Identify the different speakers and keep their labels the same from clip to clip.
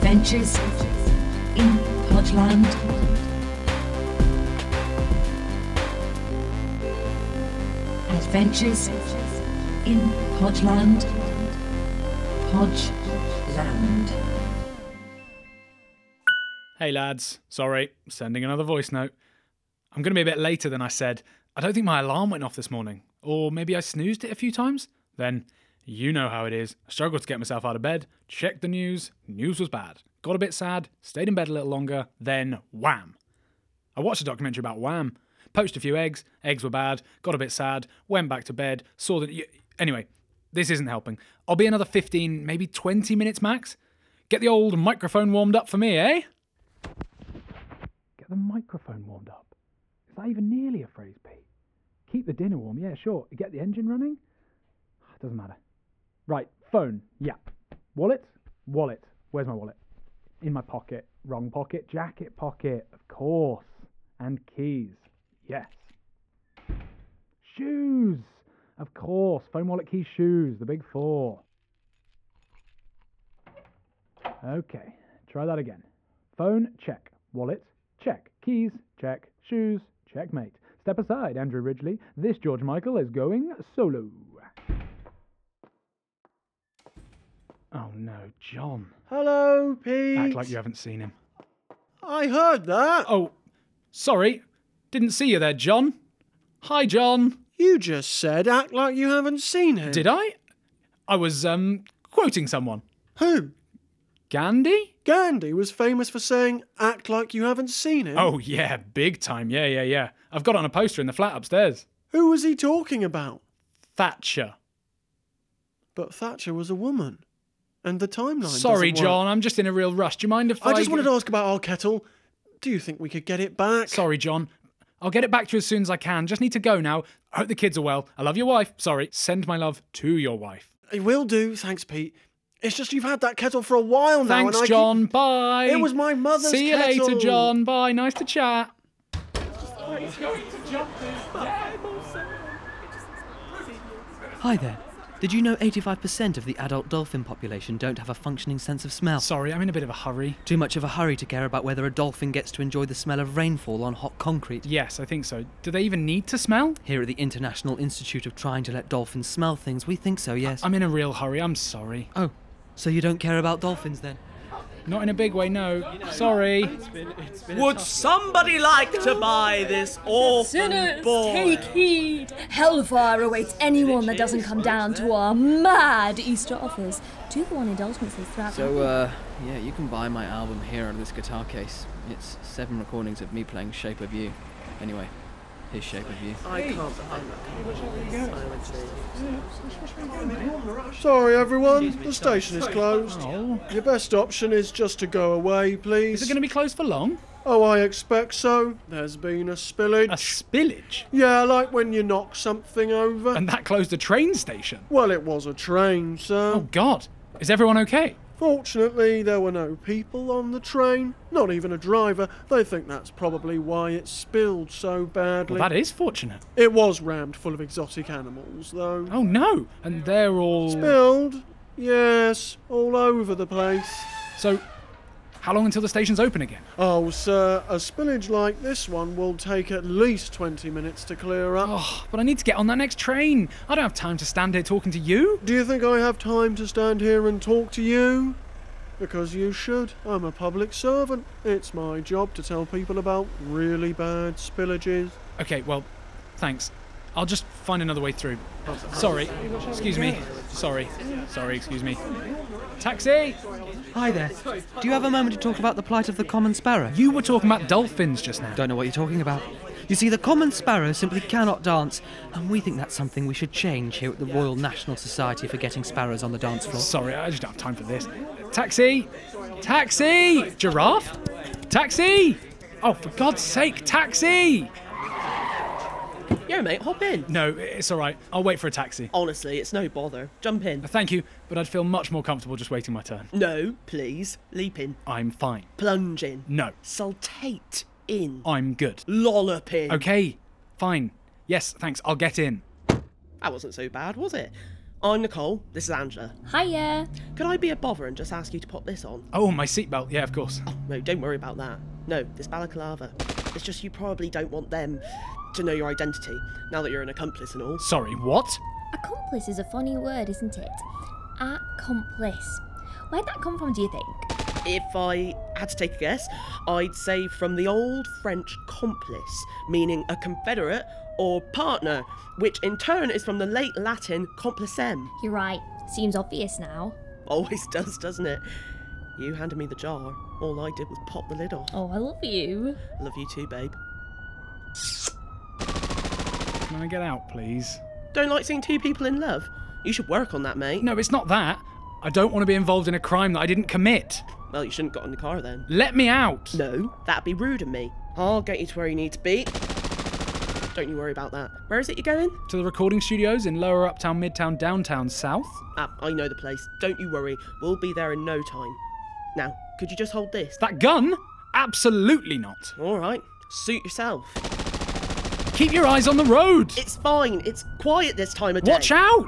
Speaker 1: benches in Portland. Adventures in Portland. Podland.
Speaker 2: Hey lads, sorry, sending another voice note. I'm going to be a bit later than I said. I don't think my alarm went off this morning, or maybe I snoozed it a few times. Then, you know how it is. I struggled to get myself out of bed, checked the news, news was bad. Got a bit sad, stayed in bed a little longer, then wham! I watched a documentary about Wham, poached a few eggs, eggs were bad, got a bit sad, went back to bed, saw that. y- Anyway, this isn't helping. I'll be another 15, maybe 20 minutes max. Get the old microphone warmed up for me, eh? Get the microphone warmed up. Is that even nearly a phrase, Pete? Keep the dinner warm, yeah, sure. Get the engine running? Ah, Doesn't matter. Right, phone, yeah. Wallet, wallet. Where's my wallet? In my pocket. Wrong pocket. Jacket pocket, of course. And keys. Yes. Shoes, of course. Phone, wallet, keys, shoes. The big four. Okay, try that again. Phone, check. Wallet, check. Keys, check. Shoes, checkmate. Step aside, Andrew Ridgely. This George Michael is going solo. Oh no, John.
Speaker 3: Hello, Pete.
Speaker 2: Act like you haven't seen him.
Speaker 3: I heard that.
Speaker 2: Oh, sorry. Didn't see you there, John. Hi, John.
Speaker 3: You just said act like you haven't seen him.
Speaker 2: Did I? I was, um, quoting someone.
Speaker 3: Who?
Speaker 2: Gandhi?
Speaker 3: Gandhi was famous for saying act like you haven't seen him.
Speaker 2: Oh, yeah, big time. Yeah, yeah, yeah. I've got it on a poster in the flat upstairs.
Speaker 3: Who was he talking about?
Speaker 2: Thatcher.
Speaker 3: But Thatcher was a woman. And the timeline.
Speaker 2: Sorry,
Speaker 3: doesn't work.
Speaker 2: John. I'm just in a real rush. Do you mind if I.
Speaker 3: I just wanted to ask about our kettle. Do you think we could get it back?
Speaker 2: Sorry, John. I'll get it back to you as soon as I can. Just need to go now. I hope the kids are well. I love your wife. Sorry. Send my love to your wife.
Speaker 3: It will do. Thanks, Pete. It's just you've had that kettle for a while now. and
Speaker 2: Thanks,
Speaker 3: I keep-
Speaker 2: John. Bye.
Speaker 3: It was my mother's
Speaker 2: See you
Speaker 3: kettle.
Speaker 2: later, John. Bye. Nice to chat.
Speaker 4: Hi there. Did you know 85% of the adult dolphin population don't have a functioning sense of smell?
Speaker 2: Sorry, I'm in a bit of a hurry.
Speaker 4: Too much of a hurry to care about whether a dolphin gets to enjoy the smell of rainfall on hot concrete.
Speaker 2: Yes, I think so. Do they even need to smell?
Speaker 4: Here at the International Institute of Trying to Let Dolphins Smell Things, we think so, yes.
Speaker 2: I'm in a real hurry. I'm sorry.
Speaker 4: oh, so you don't care about dolphins then?
Speaker 2: Not in a big way, no. Sorry.
Speaker 5: Would somebody like to buy this orphan
Speaker 6: Sinners,
Speaker 5: boy?
Speaker 6: take heed! Hellfire awaits anyone that doesn't come down to our mad Easter offers. Two for one indulgences throughout the
Speaker 7: So, uh, yeah, you can buy my album here out of this guitar case. It's seven recordings of me playing Shape of You. Anyway, here's Shape of You.
Speaker 3: Sorry, everyone. The station is closed.
Speaker 2: Oh.
Speaker 3: Your best option is just to go away,
Speaker 2: Is
Speaker 3: please.
Speaker 2: it going to be closed for long?
Speaker 3: Oh, I expect so. There's been a spillage.
Speaker 2: A spillage?
Speaker 3: Yeah, like when you knock something over.
Speaker 2: And that closed a train station?
Speaker 3: well, it was a train, sir.
Speaker 2: Oh, God. Is everyone okay?
Speaker 3: Fortunately, there were no people on the train, not even a driver. They think that's probably why it spilled so badly.
Speaker 2: Well, that is fortunate.
Speaker 3: it was rammed full of exotic animals, though.
Speaker 2: Oh, no. And they're all.
Speaker 3: Spilled? Yes, all over the place.
Speaker 2: So, how long until the station's open again?
Speaker 3: Oh, sir, a spillage like this one will take at least 20 minutes to clear up.
Speaker 2: Oh, but I need to get on that next train. I don't have time to stand here talking to you.
Speaker 3: Do you think I have time to stand here and talk to you? Because you should. I'm a public servant. It's my job to tell people about really bad spillages.
Speaker 2: Okay, well, thanks. I'll just find another way through. Sorry. Excuse me. Sorry. Sorry, excuse me. Taxi!
Speaker 4: Hi there. Do you have a moment to talk about the plight of the common sparrow?
Speaker 2: You were talking about dolphins just now.
Speaker 4: Don't know what you're talking about. You see, the common sparrow simply cannot dance, and we think that's something we should change here at the Royal National Society for Getting Sparrows on the Dance Floor.
Speaker 2: Sorry, I just don't have time for this. Taxi! Taxi! Giraffe? Taxi! Oh, for God's sake, taxi!
Speaker 8: Yeah, mate, hop in.
Speaker 2: No, it's all right. I'll wait for a taxi.
Speaker 8: Honestly, it's no bother. Jump in.
Speaker 2: Thank you, but I'd feel much more comfortable just waiting my turn.
Speaker 8: No, please. Leap in.
Speaker 2: I'm fine.
Speaker 8: Plunge in.
Speaker 2: No,
Speaker 8: Saltate in.
Speaker 2: I'm good.
Speaker 8: Lollop in.
Speaker 2: Okay, fine. Yes, thanks. I'll get in.
Speaker 8: That wasn't so bad, was it? I'm Nicole. This is Angela.
Speaker 6: Hiya.
Speaker 8: Could I be a bother and just ask you to pop this on?
Speaker 2: Oh, my seatbelt. Yeah, of course.
Speaker 8: No, don't worry about that. No, this balaclava. It's just you probably don't want them to know your identity now that you're an accomplice and all.
Speaker 2: Sorry, what?
Speaker 6: Accomplice is a funny word, isn't it? Accomplice. Where'd that come from, do you think?
Speaker 8: If I had to take a guess, I'd say from the old French complice, meaning a confederate or partner, which in turn is from the late Latin complicem.
Speaker 6: You're right. Seems obvious now.
Speaker 8: Always does, doesn't it? You handed me the jar. All I did was pop the lid off.
Speaker 6: Oh, I love you.
Speaker 8: Love you too, babe.
Speaker 2: Can I get out, please?
Speaker 8: Don't like seeing two people in love. You should work on that, mate.
Speaker 2: No, it's not that. I don't want to be involved in a crime that I didn't commit.
Speaker 8: Well, you shouldn't have got in the car then.
Speaker 2: Let me out.
Speaker 8: No, that'd be rude of me. I'll get you to where you need to be. Don't you worry about that. Where is it you're going?
Speaker 2: To the recording studios in Lower Uptown, Midtown, Downtown, South.
Speaker 8: Ah, I know the place. Don't you worry. We'll be there in no time. Now, could you just hold this?
Speaker 2: That gun? Absolutely not.
Speaker 8: All right. Suit yourself.
Speaker 2: Keep your eyes on the road.
Speaker 8: It's fine. It's quiet this time of day.
Speaker 2: Watch out.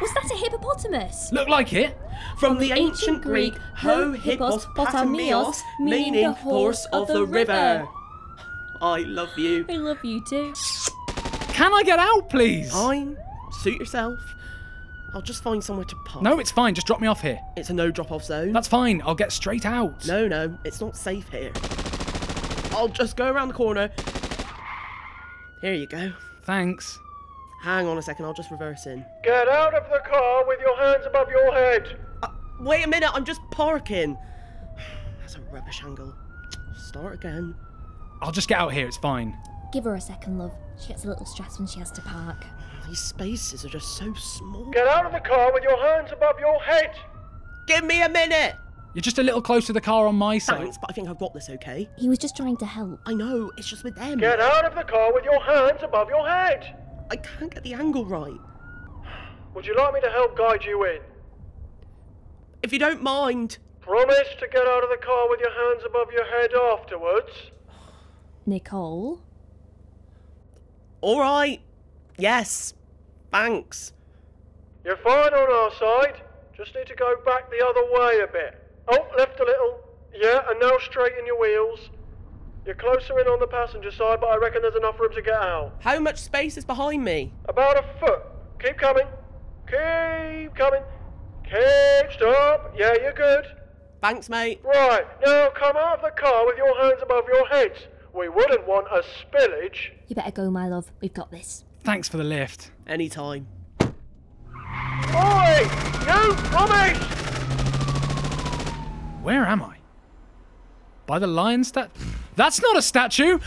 Speaker 6: Was that a hippopotamus?
Speaker 2: Look like it.
Speaker 8: From the ancient Greek, ho hippos potamios, meaning horse of the river. I love you.
Speaker 6: I love you too.
Speaker 2: Can I get out, please?
Speaker 8: Fine. Suit yourself. I'll just find somewhere to park.
Speaker 2: No, it's fine. Just drop me off here.
Speaker 8: It's a no drop off zone.
Speaker 2: That's fine. I'll get straight out.
Speaker 8: No, no, it's not safe here. I'll just go around the corner. Here you go.
Speaker 2: Thanks.
Speaker 8: Hang on a second, I'll just reverse in.
Speaker 3: Get out of the car with your hands above your head.
Speaker 8: Uh, wait a minute, I'm just parking. That's a rubbish angle. Start again.
Speaker 2: I'll just get out here. It's fine.
Speaker 6: Give her a second, love. She gets a little stressed when she has to park.
Speaker 8: These spaces are just so small.
Speaker 3: Get out of the car with your hands above your head.
Speaker 8: Give me a minute!
Speaker 2: You're just a little close to the car on my side.
Speaker 8: Thanks, but I think I've got this okay.
Speaker 6: He was just trying to help.
Speaker 8: I know, it's just with them.
Speaker 3: Get out of the car with your hands above your head.
Speaker 8: I can't get the angle right.
Speaker 3: Would you like me to help guide you in?
Speaker 8: If you don't mind.
Speaker 3: Promise to get out of the car with your hands above your head afterwards.
Speaker 6: Nicole?
Speaker 8: All right. Yes. Thanks.
Speaker 3: You're fine on our side. Just need to go back the other way a bit. Oh, left a little. Yeah, and now straighten your wheels. You're closer in on the passenger side, but I reckon there's enough room to get out.
Speaker 8: How much space is behind me?
Speaker 3: About a foot. Keep coming. Keep coming. Keep stop. Yeah, you're good.
Speaker 8: Thanks, mate.
Speaker 3: Right, now come out of the car with your hands above your heads. We wouldn't want a spillage.
Speaker 6: You better go, my love. We've got this.
Speaker 2: Thanks for the lift.
Speaker 8: Anytime.
Speaker 3: Oi! You promised!
Speaker 2: Where am I? By the lion stat. That's not a statue.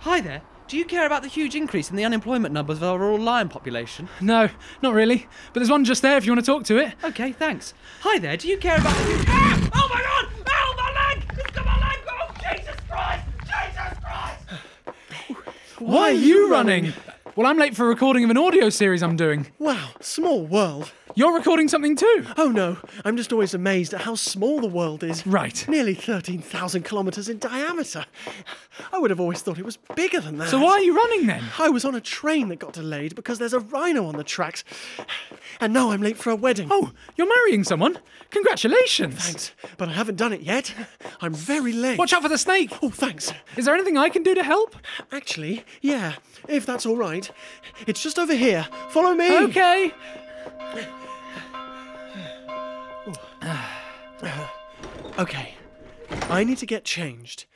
Speaker 4: Hi there. Do you care about the huge increase in the unemployment numbers of our rural lion population?
Speaker 2: No, not really. But there's one just there if you want to talk to it.
Speaker 4: Okay, thanks. Hi there. Do you care about the huge.
Speaker 5: Oh my god! Ow, my leg! It's got my leg! Oh, Jesus Christ! Jesus Christ!
Speaker 2: Why, are you running? Well, I'm late for a recording of an audio series I'm doing.
Speaker 3: Wow, small world.
Speaker 2: You're recording something too.
Speaker 3: Oh no, I'm just always amazed at how small the world is.
Speaker 2: Right.
Speaker 3: Nearly 13,000 kilometres in diameter. I would have always thought it was bigger than that.
Speaker 2: So why are you running then?
Speaker 3: I was on a train that got delayed because there's a rhino on the tracks. And now I'm late for a wedding.
Speaker 2: Oh, you're marrying someone. Congratulations.
Speaker 3: Thanks, but I haven't done it yet. I'm very late.
Speaker 2: Watch out for the snake.
Speaker 3: Oh, thanks.
Speaker 2: Is there anything I can do to help?
Speaker 3: Actually, yeah, if that's all right. It's just over here. Follow me.
Speaker 2: Okay.
Speaker 3: Okay. I need to get changed.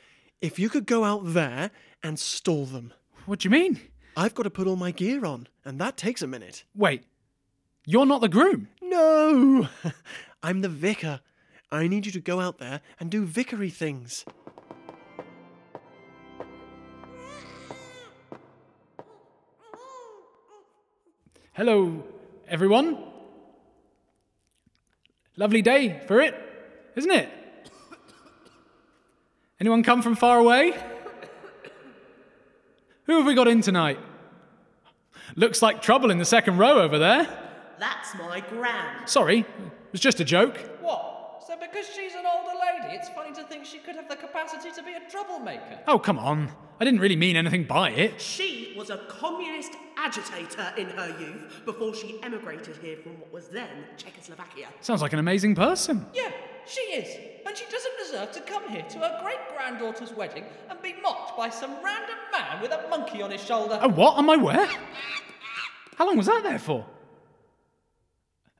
Speaker 3: If you could go out there and stall them.
Speaker 2: What do you mean?
Speaker 3: I've got to put all my gear on, and that takes a minute.
Speaker 2: Wait. You're not the groom.
Speaker 3: No! I'm the vicar. I need you to go out there and do vicary things.
Speaker 2: Hello, everyone. Lovely day for it, isn't it? Anyone come from far away? Who have we got in tonight? Looks like trouble in the second row over there.
Speaker 8: That's my grand.
Speaker 2: Sorry, it was just a joke.
Speaker 8: What?
Speaker 9: And because she's an older lady, it's funny to think she could have the capacity to be a troublemaker.
Speaker 2: Oh, come on. I didn't really mean anything by it.
Speaker 8: She was a communist agitator in her youth before she emigrated here from what was then Czechoslovakia.
Speaker 2: Sounds like an amazing person.
Speaker 9: Yeah, she is. And she doesn't deserve to come here to her great granddaughter's wedding and be mocked by some random man with a monkey on his shoulder.
Speaker 2: Oh, what? Am I where? How long was that there for?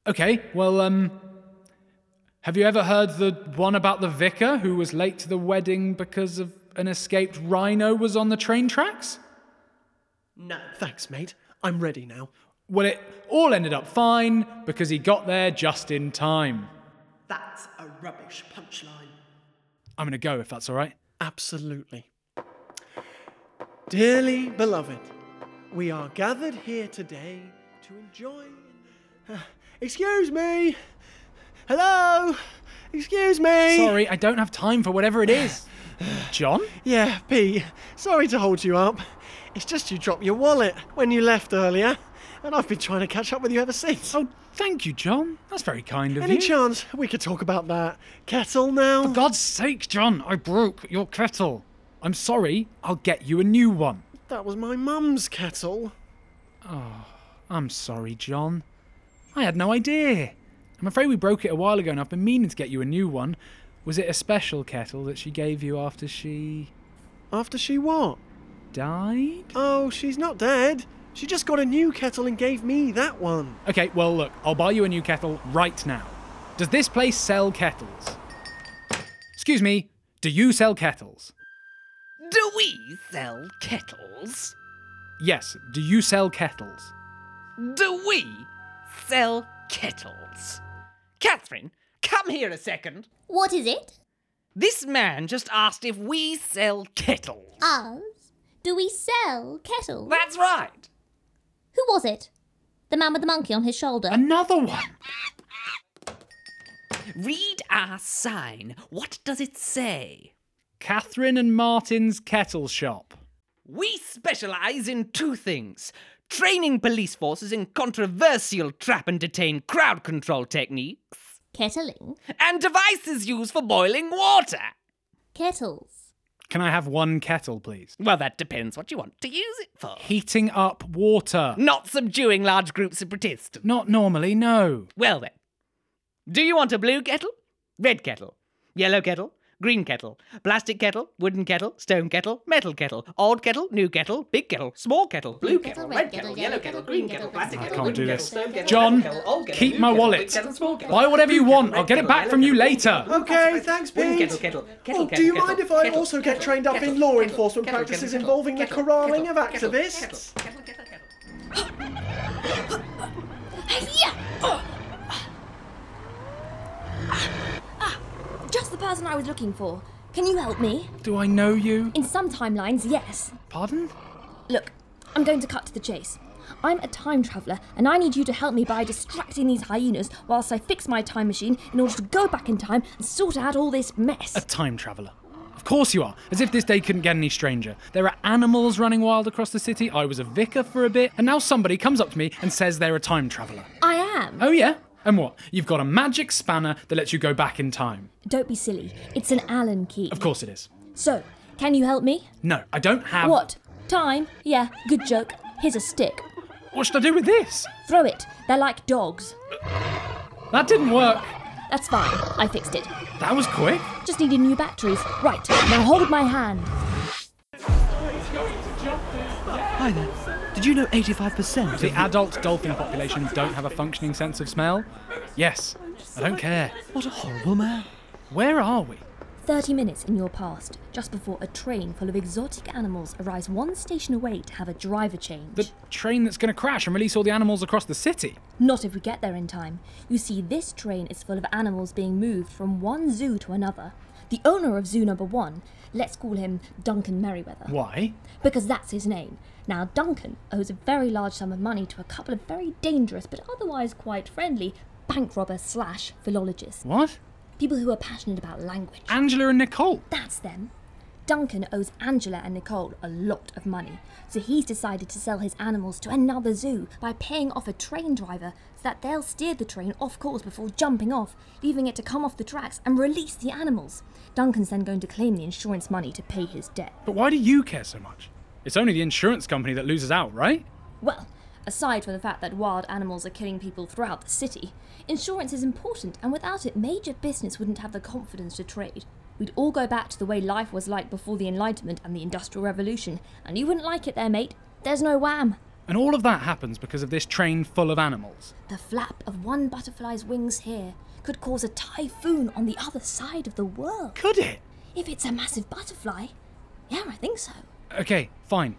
Speaker 2: Okay, well, um. Have you ever heard the one about the vicar who was late to the wedding because of an escaped rhino was on the train tracks?
Speaker 8: No. Thanks, mate. I'm ready now.
Speaker 2: Well, it all ended up fine because he got there just in time.
Speaker 8: That's a rubbish punchline.
Speaker 2: I'm gonna go if that's all right.
Speaker 3: Absolutely. Dearly beloved, we are gathered here today to enjoy. excuse me! Hello! Excuse me!
Speaker 2: Sorry, I don't have time for whatever it is. John?
Speaker 3: Yeah, Pete, sorry to hold you up. It's just you dropped your wallet when you left earlier, and I've been trying to catch up with you ever since.
Speaker 2: Oh, thank you, John. That's very kind of
Speaker 3: Any
Speaker 2: you.
Speaker 3: chance we could talk about that kettle now?
Speaker 2: For God's sake, John, I broke your kettle. I'm sorry, I'll get you a new one.
Speaker 3: That was my mum's kettle.
Speaker 2: I'm sorry, John. I had no idea. I'm afraid we broke it a while ago and I've been meaning to get you a new one. Was it a special kettle that she gave you after she
Speaker 3: After she what?
Speaker 2: died?
Speaker 3: Oh, she's not dead. She just got a new kettle and gave me that one.
Speaker 2: Okay, well, look, I'll buy you a new kettle right now. Does this place sell kettles? Excuse me, do you sell kettles?
Speaker 10: Do we sell kettles?
Speaker 2: Yes, do you sell kettles?
Speaker 10: Do we sell kettles? Catherine, come here a second.
Speaker 11: What is it?
Speaker 10: This man just asked if we sell kettles.
Speaker 11: Us? Do we sell kettles?
Speaker 10: That's right.
Speaker 11: Who was it? The man with the monkey on his shoulder.
Speaker 2: Another one!
Speaker 10: Read our sign. What does it say?
Speaker 2: Catherine and Martin's Kettle Shop.
Speaker 10: We specialize in two things training police forces in controversial trap and detain crowd control techniques,
Speaker 11: Kettling.
Speaker 10: and devices used for boiling water.
Speaker 11: Kettles.
Speaker 2: Can I have one kettle, please?
Speaker 10: Well, that depends what you want to use it for.
Speaker 2: Heating up water.
Speaker 10: Not subduing large groups of protestants.
Speaker 2: Not normally, no.
Speaker 10: Well then, do you want a blue kettle, red kettle, yellow kettle, green kettle, plastic kettle, wooden kettle, stone kettle, metal kettle, old kettle, new kettle, big kettle, small kettle, blue kettle, red kettle, yellow kettle, green kettle, plastic kettle,
Speaker 2: can't do
Speaker 10: wooden kettle,
Speaker 2: this.
Speaker 10: stone kettle,
Speaker 2: John,
Speaker 10: metal kettle, old kettle,
Speaker 2: keep
Speaker 10: new
Speaker 2: my
Speaker 10: kettle,
Speaker 2: wallet.
Speaker 10: big kettle, small kettle,
Speaker 2: Buy whatever you
Speaker 10: blue kettle,
Speaker 2: want. I'll
Speaker 10: red
Speaker 2: get it
Speaker 10: kettle,
Speaker 2: back from
Speaker 10: yellow
Speaker 2: you
Speaker 10: kettle,
Speaker 2: later.
Speaker 10: green
Speaker 3: Okay, thanks,
Speaker 10: Wooden
Speaker 3: Pete.
Speaker 10: kettle, kettle, kettle,
Speaker 3: oh,
Speaker 10: kettle,
Speaker 3: do you
Speaker 10: kettle,
Speaker 3: mind if I
Speaker 10: kettle,
Speaker 3: also get
Speaker 10: kettle,
Speaker 3: trained up
Speaker 10: kettle,
Speaker 3: in law
Speaker 10: kettle,
Speaker 3: enforcement
Speaker 10: kettle,
Speaker 3: practices
Speaker 10: kettle,
Speaker 3: involving the
Speaker 10: kettle,
Speaker 3: corralling
Speaker 10: kettle,
Speaker 3: of
Speaker 10: kettle,
Speaker 3: activists?
Speaker 10: kettle, kettle, kettle, kettle.
Speaker 6: Yeah! Just the person I was looking for.
Speaker 11: Can you help me?
Speaker 2: Do I know you?
Speaker 6: In some timelines, yes.
Speaker 2: Pardon?
Speaker 6: Look, I'm going to cut to the chase. I'm a time traveller, and I need you to help me by distracting these hyenas whilst I fix my time machine in order to go back in time and sort out all this
Speaker 2: A
Speaker 6: mess.
Speaker 2: time traveller. Of course you are. As if this day couldn't get any stranger. There are animals running wild across the city. I was a vicar for a bit, and now somebody comes up to me and says they're a time traveller.
Speaker 6: I am.
Speaker 2: Oh, yeah? And what? You've got a magic spanner that lets you go back in time.
Speaker 6: Don't be silly. It's an Allen key.
Speaker 2: Of course it is.
Speaker 6: So, can you help me?
Speaker 2: No, I don't have.
Speaker 6: What? Time? Yeah, good joke. Here's a stick.
Speaker 2: What should I do with this?
Speaker 6: Throw it. They're like dogs.
Speaker 2: That didn't work.
Speaker 6: That's fine. I fixed it.
Speaker 2: That was quick.
Speaker 6: Just needed new batteries. Right, now hold my hand.
Speaker 4: Hi there. Did you know 85% of
Speaker 2: The adult dolphin population don't have a functioning sense of smell? Yes. I don't care.
Speaker 4: What a horrible man.
Speaker 2: Where are we?
Speaker 6: 30 minutes in your past, just before a train full of exotic animals arrives one station away to have a driver change.
Speaker 2: The train that's going to crash and release all the animals across the city.
Speaker 6: Not if we get there in time. You see, this train is full of animals being moved from one zoo to another. The owner of zoo number one, let's call him Duncan Merriweather.
Speaker 2: Why?
Speaker 6: because that's his name. Now, Duncan owes a very large sum of money to a couple of very dangerous but otherwise quite friendly bank robber slash philologists.
Speaker 2: What?
Speaker 6: People who are passionate about language.
Speaker 2: Angela and Nicole.
Speaker 6: That's them. Duncan owes Angela and Nicole a lot of money, so he's decided to sell his animals to another zoo by paying off a train driver so that they'll steer the train off course before jumping off, leaving it to come off the tracks and release the animals. Duncan's then going to claim the insurance money to pay his debt.
Speaker 2: But why do you care so much? It's only the insurance company that loses out, right?
Speaker 6: Well, aside from the fact that wild animals are killing people throughout the city, insurance is important, and without it, major business wouldn't have the confidence to trade. We'd all go back to the way life was like before the Enlightenment and the Industrial Revolution, and you wouldn't like it there, mate. There's no wham.
Speaker 2: And all of that happens because of this train full of animals.
Speaker 6: The flap of one butterfly's wings here could cause a typhoon on the other side of the world.
Speaker 2: Could it?
Speaker 6: If it's a massive butterfly. Yeah, I think so.
Speaker 2: Okay, fine.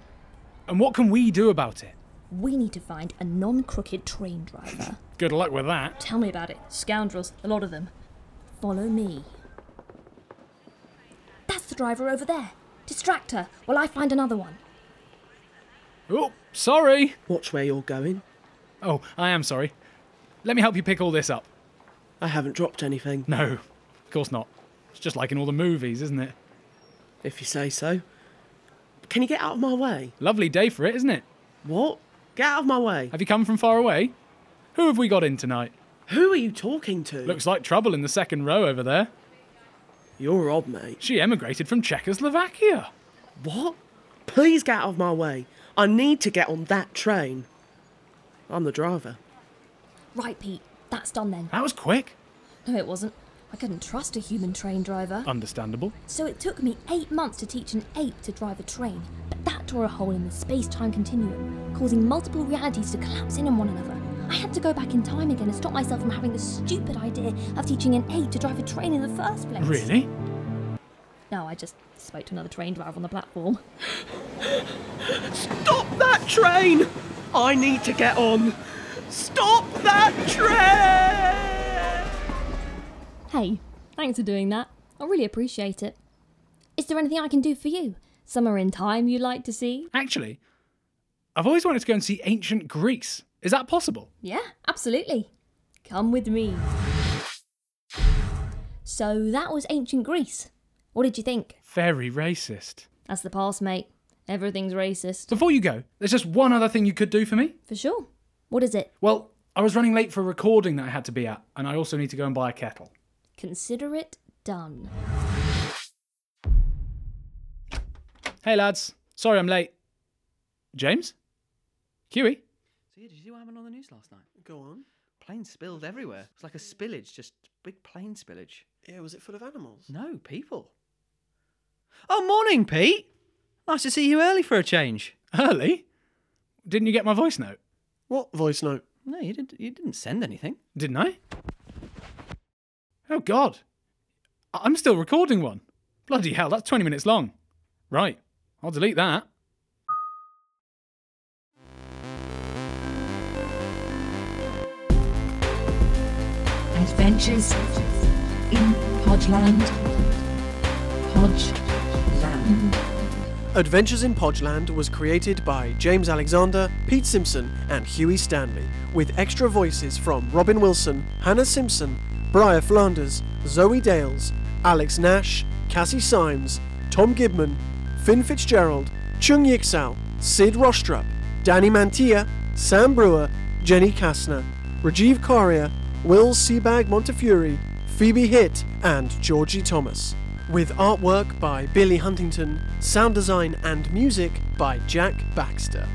Speaker 2: And what can we do about it?
Speaker 6: We need to find a non crooked train driver.
Speaker 2: Good luck with that.
Speaker 6: Tell me about it. Scoundrels, a lot of them. Follow me. That's the driver over there. Distract her while I find another one.
Speaker 2: Oh, sorry.
Speaker 8: Watch where you're going.
Speaker 2: Oh, I am sorry. Let me help you pick all this up.
Speaker 8: I haven't dropped anything.
Speaker 2: No, of course not. It's just like in all the movies, isn't it?
Speaker 8: If you say so. Can you get out of my way?
Speaker 2: Lovely day for it, isn't it?
Speaker 8: What? Get out of my way.
Speaker 2: Have you come from far away? Who have we got in tonight?
Speaker 8: Who are you talking to?
Speaker 2: Looks like trouble in the second row over there.
Speaker 8: You're odd, mate.
Speaker 2: She emigrated from Czechoslovakia.
Speaker 8: What? Please get out of my way. I need to get on that train. I'm the driver.
Speaker 6: Right, Pete. That's done then.
Speaker 2: That was quick.
Speaker 6: No, it wasn't. I couldn't trust a human train driver.
Speaker 2: Uh. Understandable.
Speaker 6: So it took me eight months to teach an ape to drive a train, but that tore a hole in the space time continuum, causing multiple realities to collapse in on one another. I had to go back in time again and stop myself from having the stupid idea of teaching an ape to drive a train in the first place.
Speaker 2: Really?
Speaker 6: No, I just spoke to another train driver on the platform.
Speaker 8: Stop that train! I need to get on. Stop that train!
Speaker 6: Hey, thanks for doing that. I really appreciate it. Is there anything I can do for you? Somewhere in time you'd like to see?
Speaker 2: Actually, I've always wanted to go and see ancient Greece. Is that possible?
Speaker 6: Yeah, absolutely. Come with me. So that was ancient Greece. What did you think?
Speaker 2: Very racist.
Speaker 6: That's the past, mate. Everything's racist.
Speaker 2: Before you go, there's just one other thing you could do for me.
Speaker 6: For sure. What is it?
Speaker 2: Well, I was running late for a recording that I had to be at, and I also need to go and buy a kettle.
Speaker 6: Consider it done.
Speaker 2: Hey, lads. Sorry I'm late. James? Kiwi?
Speaker 7: So yeah, did you see what happened on the news last night?
Speaker 8: Go on.
Speaker 7: Plane spilled everywhere. It's like a spillage, just big plane spillage.
Speaker 8: Yeah, was it full of animals?
Speaker 7: No, people. Oh, morning, Pete. Nice to see you early for a change.
Speaker 2: Early? Didn't you get my voice note?
Speaker 8: What voice note?
Speaker 7: No, you didn't. You didn't send anything.
Speaker 2: Didn't I? Oh God, I- I'm still recording one. Bloody hell, that's 20 minutes long. Right, I'll delete that.
Speaker 1: Adventures in Podland. Podland.
Speaker 12: Adventures in Podgeland was created by James Alexander, Pete Simpson, and Huey Stanley, with extra voices from Robin Wilson, Hannah Simpson, Briar Flanders, Zoe Dales, Alex Nash, Cassie Symes, Tom Gibman, Finn Fitzgerald, Chung Yixao, Sid Rostrup, Danny Mantilla, Sam Brewer, Jenny Kastner, Rajiv Karia, Will Seabag Montefiore, Phoebe Hitt, and Georgie Thomas. With artwork by Billy Huntington, sound design and music by Jack Baxter.